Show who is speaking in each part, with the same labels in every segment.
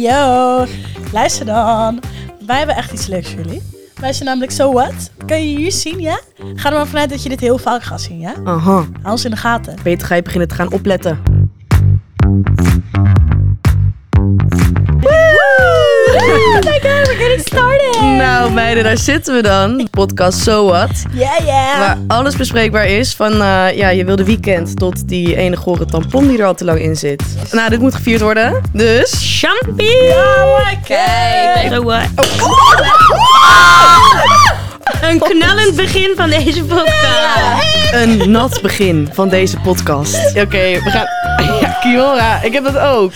Speaker 1: Yo, luister dan. Wij hebben echt iets leuks voor jullie. Wij zijn namelijk So What. Kun je hier zien, ja? Ga er maar vanuit dat je dit heel vaak gaat zien, ja?
Speaker 2: Aha,
Speaker 1: Hou ons in de gaten.
Speaker 2: beter ga je beginnen te gaan opletten.
Speaker 1: Oh my god, we're getting started!
Speaker 2: Nou meiden, daar zitten we dan. De podcast So What.
Speaker 1: Yeah, yeah!
Speaker 2: Waar alles bespreekbaar is van eh, ja, je wilde weekend tot die ene gore tampon die er al te lang in zit. Nou, dit moet gevierd worden. Dus...
Speaker 3: Champie!
Speaker 1: Oh my god!
Speaker 3: Zo wat. Een knallend begin van deze podcast.
Speaker 2: Een nat begin van deze podcast. Oké, we gaan... Ja, Kiora, ik heb dat ook.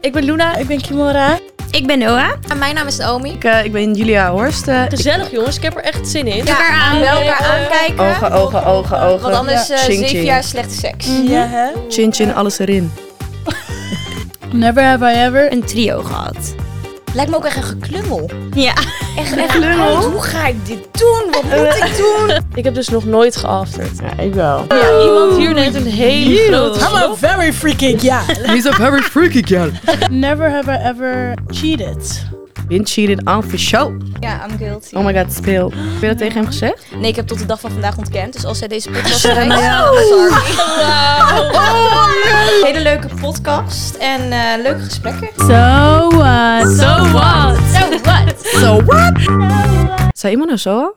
Speaker 3: Ik ben Luna.
Speaker 1: Ik ben Kimora.
Speaker 3: Ik ben Noah.
Speaker 4: En mijn naam is Naomi.
Speaker 2: Ik, eh, ik ben Julia Horst. eh,
Speaker 5: Gezellig jongens, ik heb er echt zin in.
Speaker 4: Ja,
Speaker 3: elkaar aan.
Speaker 4: Wel elkaar aankijken.
Speaker 2: Ogen, ogen, ogen, ogen.
Speaker 4: Want anders eh,
Speaker 2: Ching,
Speaker 4: zeven
Speaker 2: ching.
Speaker 4: jaar slechte seks.
Speaker 1: Ja, hè?
Speaker 2: Chin chin, alles erin.
Speaker 1: Never have I ever.
Speaker 3: Een trio gehad.
Speaker 4: Lijkt me ook echt een geklummel.
Speaker 3: Ja.
Speaker 4: Echt een geklummel. Hoe ga ik dit doen? Wat moet ik doen?
Speaker 5: Ik heb dus nog nooit geafterd.
Speaker 2: Ja, ik wel.
Speaker 5: Ja, iemand hier neemt een hele grote
Speaker 1: I'm a very freaking yeah.
Speaker 2: He's a very freaky girl.
Speaker 1: Never have I ever cheated.
Speaker 2: Been cheated on for show.
Speaker 4: Ja, I'm guilty.
Speaker 2: Oh my god, speel. Heb je dat tegen hem gezegd?
Speaker 4: Nee, ik heb tot de dag van vandaag ontkend. Dus als zij deze podcast kijkt, sorry. Hele leuke podcast en eh, leuke gesprekken.
Speaker 3: So what? So what?
Speaker 2: Zei iemand nou zo?